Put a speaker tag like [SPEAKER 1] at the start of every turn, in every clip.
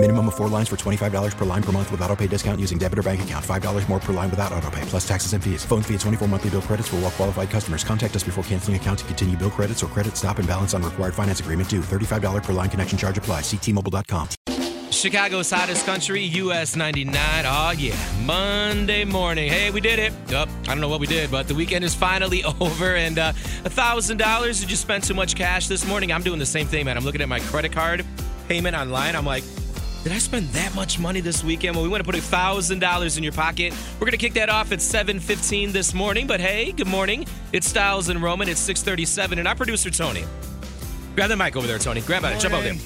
[SPEAKER 1] Minimum of four lines for $25 per line per month with auto pay discount using debit or bank account. $5 more per line without auto pay, plus taxes and fees. Phone fee at 24 monthly bill credits for all well qualified customers. Contact us before canceling account to continue bill credits or credit stop and balance on required finance agreement due. $35 per line connection charge apply. Ctmobile.com.
[SPEAKER 2] Chicago's hottest country, US 99. Oh, yeah. Monday morning. Hey, we did it. Up. I don't know what we did, but the weekend is finally over. And uh, $1,000 you just spent too much cash this morning. I'm doing the same thing, man. I'm looking at my credit card payment online. I'm like, did I spend that much money this weekend? Well, we want to put a thousand dollars in your pocket. We're gonna kick that off at 7:15 this morning. But hey, good morning. It's Styles and Roman. It's 6:37, and our producer Tony. Grab the mic over there, Tony. Grab it. Jump over there.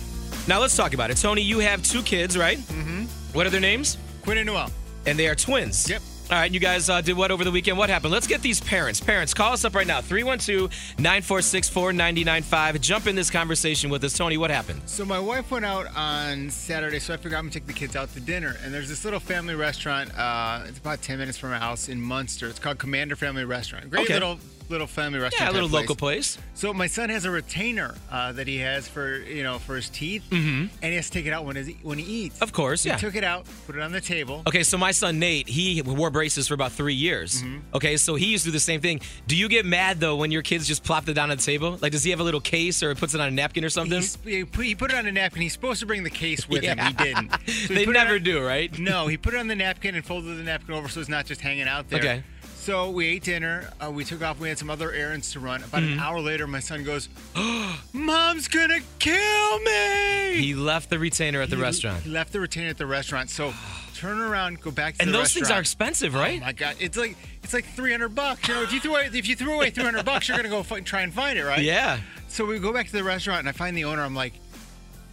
[SPEAKER 2] Now let's talk about it, Tony. You have two kids, right? Mm-hmm. What are their names?
[SPEAKER 3] Quinn and Noel.
[SPEAKER 2] And they are twins.
[SPEAKER 3] Yep.
[SPEAKER 2] All right, you guys uh, did what over the weekend? What happened? Let's get these parents. Parents, call us up right now 312 946 4995. Jump in this conversation with us. Tony, what happened?
[SPEAKER 3] So my wife went out on Saturday, so I figured I'm gonna take the kids out to dinner. And there's this little family restaurant. Uh, it's about 10 minutes from our house in Munster. It's called Commander Family Restaurant. Great
[SPEAKER 2] Okay.
[SPEAKER 3] little little family restaurant.
[SPEAKER 2] Yeah, a
[SPEAKER 3] type
[SPEAKER 2] little
[SPEAKER 3] place.
[SPEAKER 2] local place.
[SPEAKER 3] So my son has a retainer uh, that he has for you know for his teeth, and he has to take it out when he when he eats.
[SPEAKER 2] Mm-hmm. Of course,
[SPEAKER 3] he
[SPEAKER 2] yeah.
[SPEAKER 3] took it out, put it on the table.
[SPEAKER 2] Okay, so my son Nate, he wore braces for about three years.
[SPEAKER 3] Mm-hmm.
[SPEAKER 2] Okay, so he used to do the same thing. Do you get mad though when your kids just plop it down on the table? Like, does he have a little case or puts it on a napkin or something?
[SPEAKER 3] He's- He put, he put it on a napkin. He's supposed to bring the case with him. He didn't. So he
[SPEAKER 2] they
[SPEAKER 3] put it
[SPEAKER 2] never
[SPEAKER 3] on-
[SPEAKER 2] do, right?
[SPEAKER 3] No, he put it on the napkin and folded the napkin over so it's not just hanging out there.
[SPEAKER 2] Okay.
[SPEAKER 3] So we ate dinner. Uh, we took off. We had some other errands to run. About
[SPEAKER 2] Mm-hmm.
[SPEAKER 3] an hour later, my son goes, "Oh, "Mom's gonna kill me."
[SPEAKER 2] He left the retainer at the
[SPEAKER 3] He-
[SPEAKER 2] restaurant.
[SPEAKER 3] He left the retainer at the restaurant. So turn around, go back to
[SPEAKER 2] And
[SPEAKER 3] the
[SPEAKER 2] those things are
[SPEAKER 3] restaurant.
[SPEAKER 2] expensive, right?
[SPEAKER 3] Oh my god, it's like it's like 300 bucks. You know, if you threw away, if you threw away 300 bucks, you're gonna go f- try and find it, right?
[SPEAKER 2] yeah.
[SPEAKER 3] So we go back to the restaurant, and I find the owner. I'm like,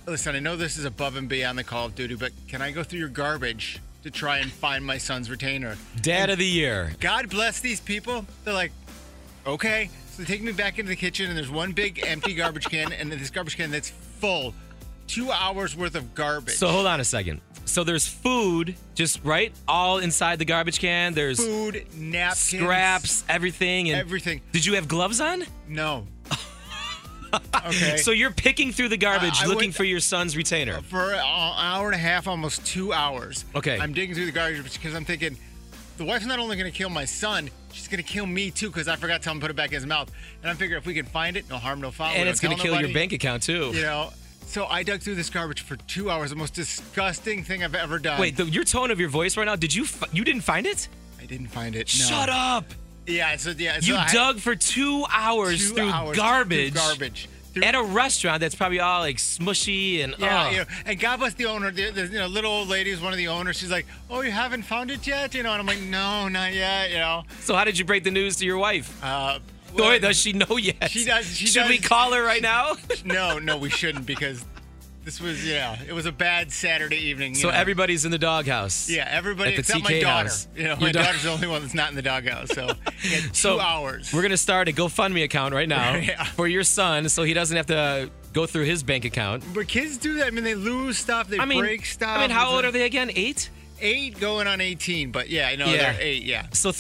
[SPEAKER 3] listen, I know this is above and beyond the Call of Duty, but can I go through your garbage to try and find my son's retainer?
[SPEAKER 2] Dad of the year.
[SPEAKER 3] God bless these people. They're like, okay. So they take me back into the kitchen, and there's one big empty garbage can, and this garbage can that's full, two hours worth of garbage.
[SPEAKER 2] So hold on a second. So there's food, just right, all inside the garbage can. There's
[SPEAKER 3] food, napkins,
[SPEAKER 2] scraps, everything, and
[SPEAKER 3] everything.
[SPEAKER 2] Did you have gloves on?
[SPEAKER 3] No. okay.
[SPEAKER 2] So you're picking through the garbage,
[SPEAKER 3] I
[SPEAKER 2] looking
[SPEAKER 3] went-
[SPEAKER 2] for your son's retainer.
[SPEAKER 3] for an hour and a half, almost two hours.
[SPEAKER 2] Okay.
[SPEAKER 3] I'm digging through the garbage because I'm thinking the wife's not only going to kill my son, she's going to kill me too because I forgot to tell him to put it back in his mouth. And I'm figuring if we can find it, no harm, no foul. we
[SPEAKER 2] and
[SPEAKER 3] don't
[SPEAKER 2] it's gonna
[SPEAKER 3] tell
[SPEAKER 2] kill your
[SPEAKER 3] nobody,
[SPEAKER 2] bank account too.
[SPEAKER 3] You know. So I dug through this garbage for two hours. The most disgusting thing I've ever done.
[SPEAKER 2] Wait, the, your tone of your voice right now. Did you f- you didn't find it?
[SPEAKER 3] I didn't find it. No.
[SPEAKER 2] Shut up!
[SPEAKER 3] Yeah. So yeah. So
[SPEAKER 2] You
[SPEAKER 3] I had
[SPEAKER 2] dug for two hours
[SPEAKER 3] two
[SPEAKER 2] through
[SPEAKER 3] hours
[SPEAKER 2] garbage,
[SPEAKER 3] Through garbage. Through
[SPEAKER 2] at a restaurant that's probably all like smushy and oh.
[SPEAKER 3] Yeah,
[SPEAKER 2] ugh.
[SPEAKER 3] you know, and God bless the owner. The, the you know, little old lady is one of the owners. She's like, "Oh, you haven't found it yet," you know. And I'm like, "No, not yet," you know.
[SPEAKER 2] So how did you break the news to your wife?
[SPEAKER 3] Uh,
[SPEAKER 2] Boy,
[SPEAKER 3] well,
[SPEAKER 2] does she know yet?
[SPEAKER 3] she does- she
[SPEAKER 2] Should we
[SPEAKER 3] does-
[SPEAKER 2] call her right now?
[SPEAKER 3] no, no, we shouldn't because this was yeah, it was a bad Saturday evening. you
[SPEAKER 2] so
[SPEAKER 3] know.
[SPEAKER 2] everybody's in the doghouse.
[SPEAKER 3] yeah, everybody
[SPEAKER 2] at the
[SPEAKER 3] except my
[SPEAKER 2] TK
[SPEAKER 3] daughter.
[SPEAKER 2] house.
[SPEAKER 3] You know,
[SPEAKER 2] Your
[SPEAKER 3] my
[SPEAKER 2] da-
[SPEAKER 3] daughter's the only one that's not in the doghouse. So, yeah, two
[SPEAKER 2] So
[SPEAKER 3] hours.
[SPEAKER 2] We're gonna start a GoFundMe account right now
[SPEAKER 3] Yeah.
[SPEAKER 2] for your son, so he doesn't have to go through his bank account.
[SPEAKER 3] but kids do that. I mean, they lose stuff. They
[SPEAKER 2] I mean,
[SPEAKER 3] break stuff.
[SPEAKER 2] I mean, how
[SPEAKER 3] It's
[SPEAKER 2] old
[SPEAKER 3] a-
[SPEAKER 2] are they again? Eight.
[SPEAKER 3] Eight going on 18. But yeah, I know
[SPEAKER 2] Yeah.
[SPEAKER 3] they're eight. Yeah.
[SPEAKER 2] So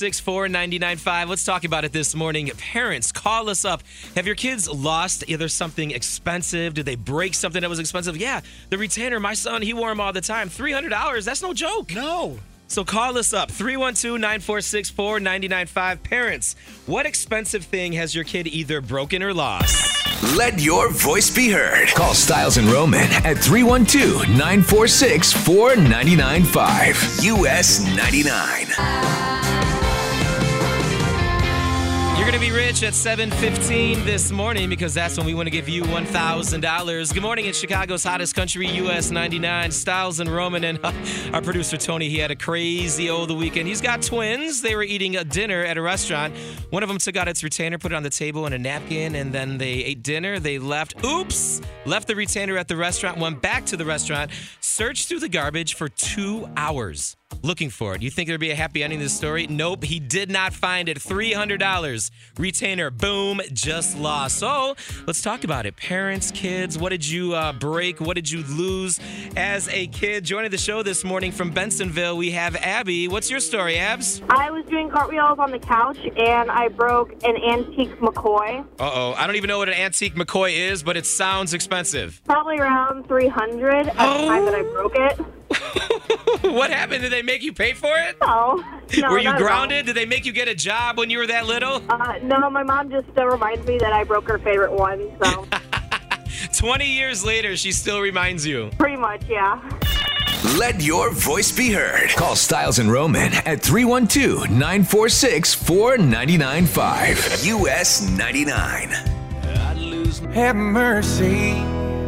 [SPEAKER 2] 312-946-4995. Let's talk about it this morning. Parents, call us up. Have your kids lost either something expensive? Did they break something that was expensive? Yeah, the retainer, my son, he wore them all the time. $300, that's no joke.
[SPEAKER 3] No.
[SPEAKER 2] So call us up. 312-946-4995. Parents, what expensive thing has your kid either broken or lost?
[SPEAKER 4] Let your voice be heard. Call Styles and Roman at 312 946 4995. US 99.
[SPEAKER 2] You're going to be rich at 7:15 this morning because that's when we want to give you $1,000. Good morning, it's Chicago's hottest country, US 99, Styles and Roman, and uh, our producer Tony. He had a crazy old weekend. He's got twins. They were eating a dinner at a restaurant. One of them took out its retainer, put it on the table in a napkin, and then they ate dinner. They left. Oops! Left the retainer at the restaurant. Went back to the restaurant. Searched through the garbage for two hours. looking for it. You think there'd be a happy ending to this story? Nope, he did not find it. $300 retainer, boom, just lost. So let's talk about it. Parents, kids, what did you uh, break? What did you lose as a kid? Joining the show this morning from Bensonville, we have Abby. What's your story, Abs?
[SPEAKER 5] I was doing cartwheels on the couch and I broke an antique McCoy,
[SPEAKER 2] Uh oh, I don't even know what an antique McCoy is, but it sounds expensive.
[SPEAKER 5] probably around 300 at the time that I
[SPEAKER 2] Oh.
[SPEAKER 5] broke it.
[SPEAKER 2] what happened? Did they make you pay for it?
[SPEAKER 5] Oh, no,
[SPEAKER 2] were you
[SPEAKER 5] not at all.
[SPEAKER 2] grounded? Did they make you get a job when you were that little?
[SPEAKER 5] Uh, no, my mom just uh, reminds me that I broke her favorite one. So
[SPEAKER 2] 20 years later, she still reminds you.
[SPEAKER 5] pretty much, yeah.
[SPEAKER 4] Let your voice be heard. Call Styles and Roman at 312 946 4995. US 99.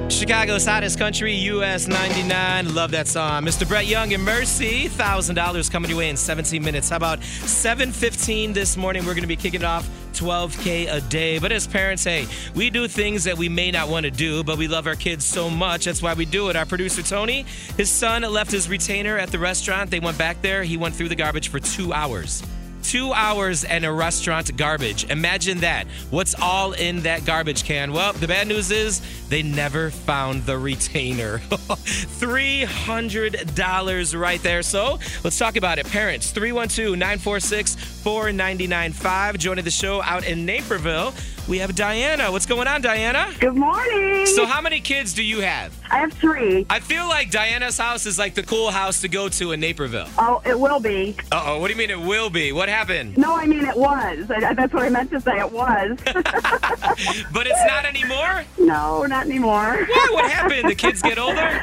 [SPEAKER 2] Chicago's hottest country, US 99. Love that song. Mr. Brett Young and Mercy, $1,000 coming your way in 17 minutes. How about 7.15 this morning? We're going to be kicking off 12K a day. But as parents, hey, we do things that we may not want to do, but we love our kids so much. That's why we do it. Our producer, Tony, his son left his retainer at the restaurant. They went back there. He went through the garbage for two hours. Two hours and a restaurant garbage. Imagine that. What's all in that garbage can? Well, the bad news is they never found the retainer. $300 right there. So let's talk about it. Parents, 312 946 4995. Joining the show out in Naperville, we have Diana. What's going on, Diana?
[SPEAKER 6] Good morning.
[SPEAKER 2] So, how many kids do you have?
[SPEAKER 6] I have three.
[SPEAKER 2] I feel like Diana's house is like the cool house to go to in Naperville.
[SPEAKER 6] Oh, it will be.
[SPEAKER 2] Uh oh, what do you mean it will be? What happened?
[SPEAKER 6] No, I mean it was. I, I- that's what I meant to say. It was.
[SPEAKER 2] But it's not anymore?
[SPEAKER 6] no, not anymore.
[SPEAKER 2] Why? What happened? The kids get older?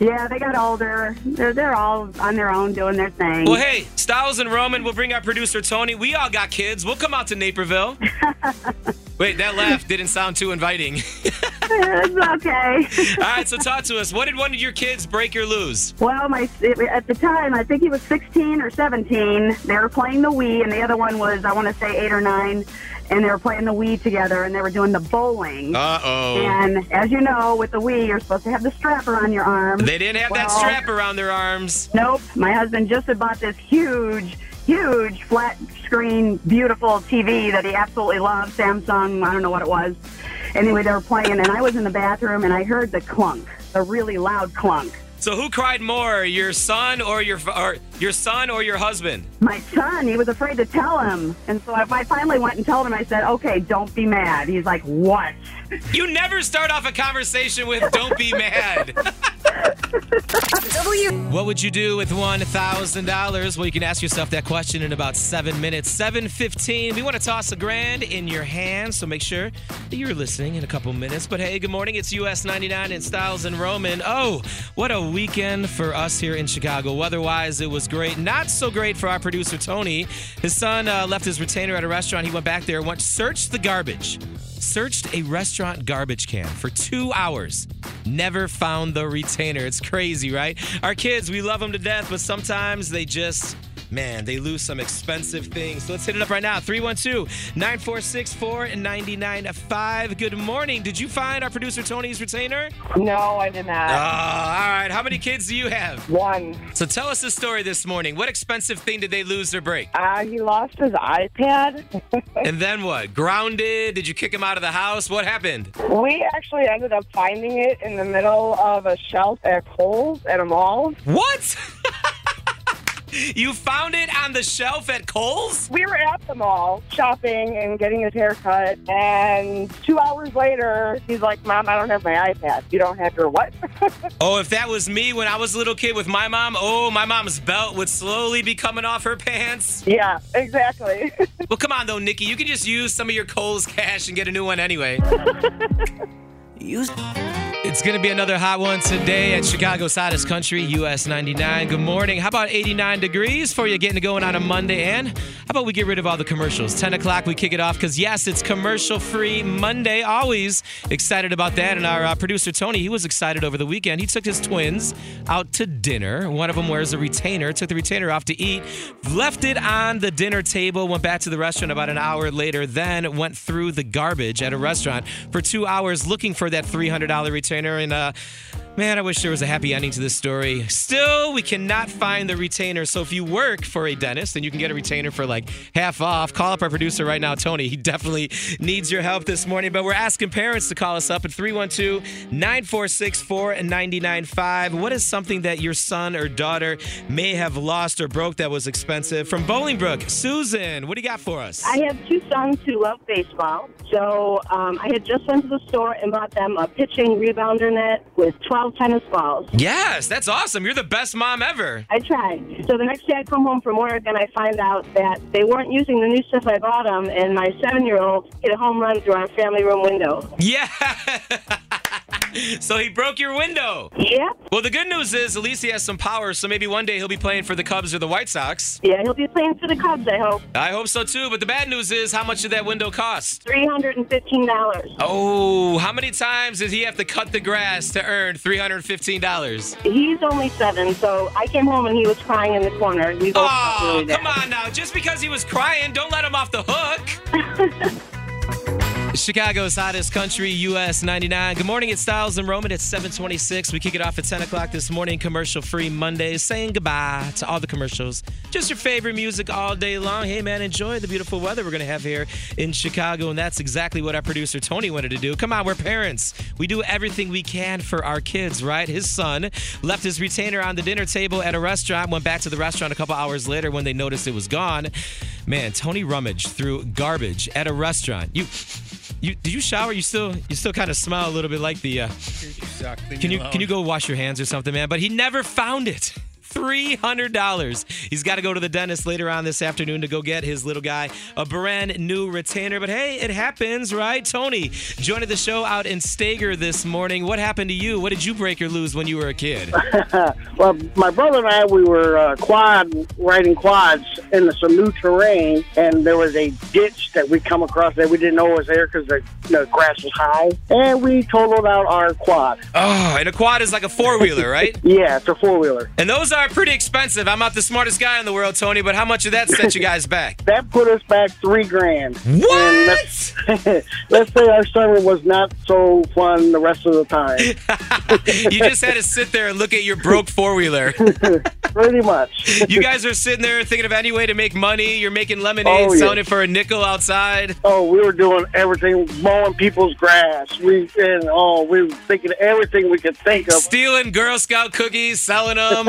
[SPEAKER 6] Yeah, they got older. They're they're all on their own doing their thing.
[SPEAKER 2] Well, hey, Styles and Roman, we'll bring our producer Tony. We all got kids. We'll come out to Naperville. Wait, that laugh didn't sound too inviting.
[SPEAKER 6] it's okay.
[SPEAKER 2] all right, so talk to us. What did one of your kids break or lose?
[SPEAKER 6] Well, my at the time, I think he was 16 or 17. They were playing the Wii, and the other one was, I want to say, eight or nine, and they were playing the Wii together, and they were doing the bowling.
[SPEAKER 2] Uh oh.
[SPEAKER 6] and as you know, with the Wii, you're supposed to have the strap around your arm.
[SPEAKER 2] They didn't have that
[SPEAKER 6] Well,
[SPEAKER 2] strap around their arms.
[SPEAKER 6] Nope. My husband just had bought this huge, huge flat screen, beautiful TV that he absolutely loved, Samsung, I don't know what it was. Anyway, they were playing, and I was in the bathroom, and I heard the clunk, the really loud clunk.
[SPEAKER 2] So who cried more, your son or your or your son or your husband?
[SPEAKER 6] My son, he was afraid to tell him. And so I, I finally went and told him, I said, okay, don't be mad. He's like, what?
[SPEAKER 2] You never start off a conversation with "Don't be mad." What would you do with one thousand dollars? Well, you can ask yourself that question in about seven minutes. Seven fifteen. We want to toss a grand in your hand, so make sure that you're listening in a couple minutes. But hey, good morning. It's US ninety nine and Styles and Roman. Oh, what a weekend for us here in Chicago. Weather-wise, it was great. Not so great for our producer Tony. His son uh, left his retainer at a restaurant. He went back there, went searched the garbage searched a restaurant garbage can for two hours, never found the retainer. It's crazy, right? Our kids, we love them to death, but sometimes they just. Man, they lose some expensive things. So let's hit it up right now. 312 946 4995. Good morning. Did you find our producer Tony's retainer?
[SPEAKER 7] No, I did
[SPEAKER 6] Uh,
[SPEAKER 2] Oh,
[SPEAKER 7] not.
[SPEAKER 2] all right. How many kids do you have?
[SPEAKER 7] One.
[SPEAKER 2] So tell us the story this morning. What expensive thing did they lose or break?
[SPEAKER 7] Uh, he lost his iPad.
[SPEAKER 2] And then what? Grounded? Did you kick him out of the house? What happened?
[SPEAKER 7] we actually ended up finding it in the middle of a shelf at Kohl's at a mall.
[SPEAKER 2] What? you found it on the shelf at Kohl's?
[SPEAKER 7] We were at the mall shopping and getting his hair cut. And two hours later, he's like, Mom, I don't have my iPad. You don't have your what?
[SPEAKER 2] Oh, if that was me when I was a little kid with my mom, oh, my mom's belt would slowly be coming off her pants.
[SPEAKER 7] yeah, exactly.
[SPEAKER 2] Well, come on though, Nikki, you can just use some of your Kohl's cash and get a new one anyway. It's going to be another hot one today at Chicago's hottest country, US 99. Good morning. How about 89 degrees for you getting going on a Monday? And how about we get rid of all the commercials? 10 o'clock, we kick it off because, yes, it's commercial free Monday. Always excited about that. And our uh, producer, Tony, he was excited over the weekend. He took his twins out to dinner. One of them wears a retainer, took the retainer off to eat, left it on the dinner table, went back to the restaurant about an hour later, then went through the garbage at a restaurant for two hours looking for that $300 retainer. And, uh, Man, I wish there was a happy ending to this story. Still, we cannot find the retainer. So if you work for a dentist and you can get a retainer for like half off, call up our producer right now, Tony. He definitely needs your help this morning. But we're asking parents to call us up at 312 946 4995. What is something that your son or daughter may have lost or broke that was expensive? From Bolingbrook, Susan, what do you got for us?
[SPEAKER 8] I have two sons who love baseball, so um, I had just went to the store and bought them a pitching rebounder net with 12 tennis balls.
[SPEAKER 2] Yes, that's awesome. You're the best mom ever.
[SPEAKER 8] I tried. So the next day I come home from work and I find out that they weren't using the new stuff I bought them, and my seven-year-old hit a home run through our family room window.
[SPEAKER 2] Yeah. so he broke your window.
[SPEAKER 8] Yep.
[SPEAKER 2] Well, the good news is at least he has some power, so maybe one day he'll be playing for the Cubs or the White Sox.
[SPEAKER 8] Yeah, he'll be playing for the Cubs, I hope.
[SPEAKER 2] I hope so too, but the bad news is how much did that window cost?
[SPEAKER 8] $315.
[SPEAKER 2] Oh, how many times did he have to cut the grass to earn $315?
[SPEAKER 8] He's only seven, so I came home and he was crying in the corner. We both felt
[SPEAKER 2] Oh,
[SPEAKER 8] really bad.
[SPEAKER 2] come on now. Just because he was crying, don't let him off the hook. Chicago's hottest country, US 99. Good morning, it's Styles and Roman. It's 726. We kick it off at 10 o'clock this morning, commercial free Monday, saying goodbye to all the commercials. Just your favorite music all day long. Hey, man, enjoy the beautiful weather we're going to have here in Chicago. And that's exactly what our producer Tony wanted to do. Come on, we're parents. We do everything we can for our kids, right? His son left his retainer on the dinner table at a restaurant, went back to the restaurant a couple hours later when they noticed it was gone. Man, Tony rummaged through garbage at a restaurant. You you did you shower? You still you still kind of smell a little bit like the uh,
[SPEAKER 9] Suck. Leave
[SPEAKER 2] Can
[SPEAKER 9] me
[SPEAKER 2] you
[SPEAKER 9] alone.
[SPEAKER 2] can you go wash your hands or something, man? But he never found it. Three hundred dollars. He's got to go to the dentist later on this afternoon to go get his little guy a brand new retainer. But hey, it happens, right? Tony joining the show out in Stager this morning. What happened to you? What did you break or lose when you were a kid?
[SPEAKER 6] Well, my brother and I, we were uh, quad riding quads in some new terrain, and there was a ditch that we come across that we didn't know was there because the, the grass was high, and we totaled out our quad.
[SPEAKER 2] Oh, and a quad is like a four wheeler, right?
[SPEAKER 6] Yeah, it's a four wheeler.
[SPEAKER 2] And those are pretty expensive. I'm not the smartest guy in the world, Tony, but how much of that set you guys back?
[SPEAKER 6] That put us back three grand.
[SPEAKER 2] What?
[SPEAKER 6] And let's, let's say our summer was not so fun the rest of the time.
[SPEAKER 2] You just had to sit there and look at your broke four wheeler.
[SPEAKER 6] Pretty much.
[SPEAKER 2] You guys are sitting there thinking of any way to make money. You're making lemonade,
[SPEAKER 6] Oh, yeah.
[SPEAKER 2] selling it for a nickel outside.
[SPEAKER 6] Oh, we were doing everything, mowing people's grass. We and oh, we were thinking everything we could think of,
[SPEAKER 2] Stealing Girl Scout cookies, selling them.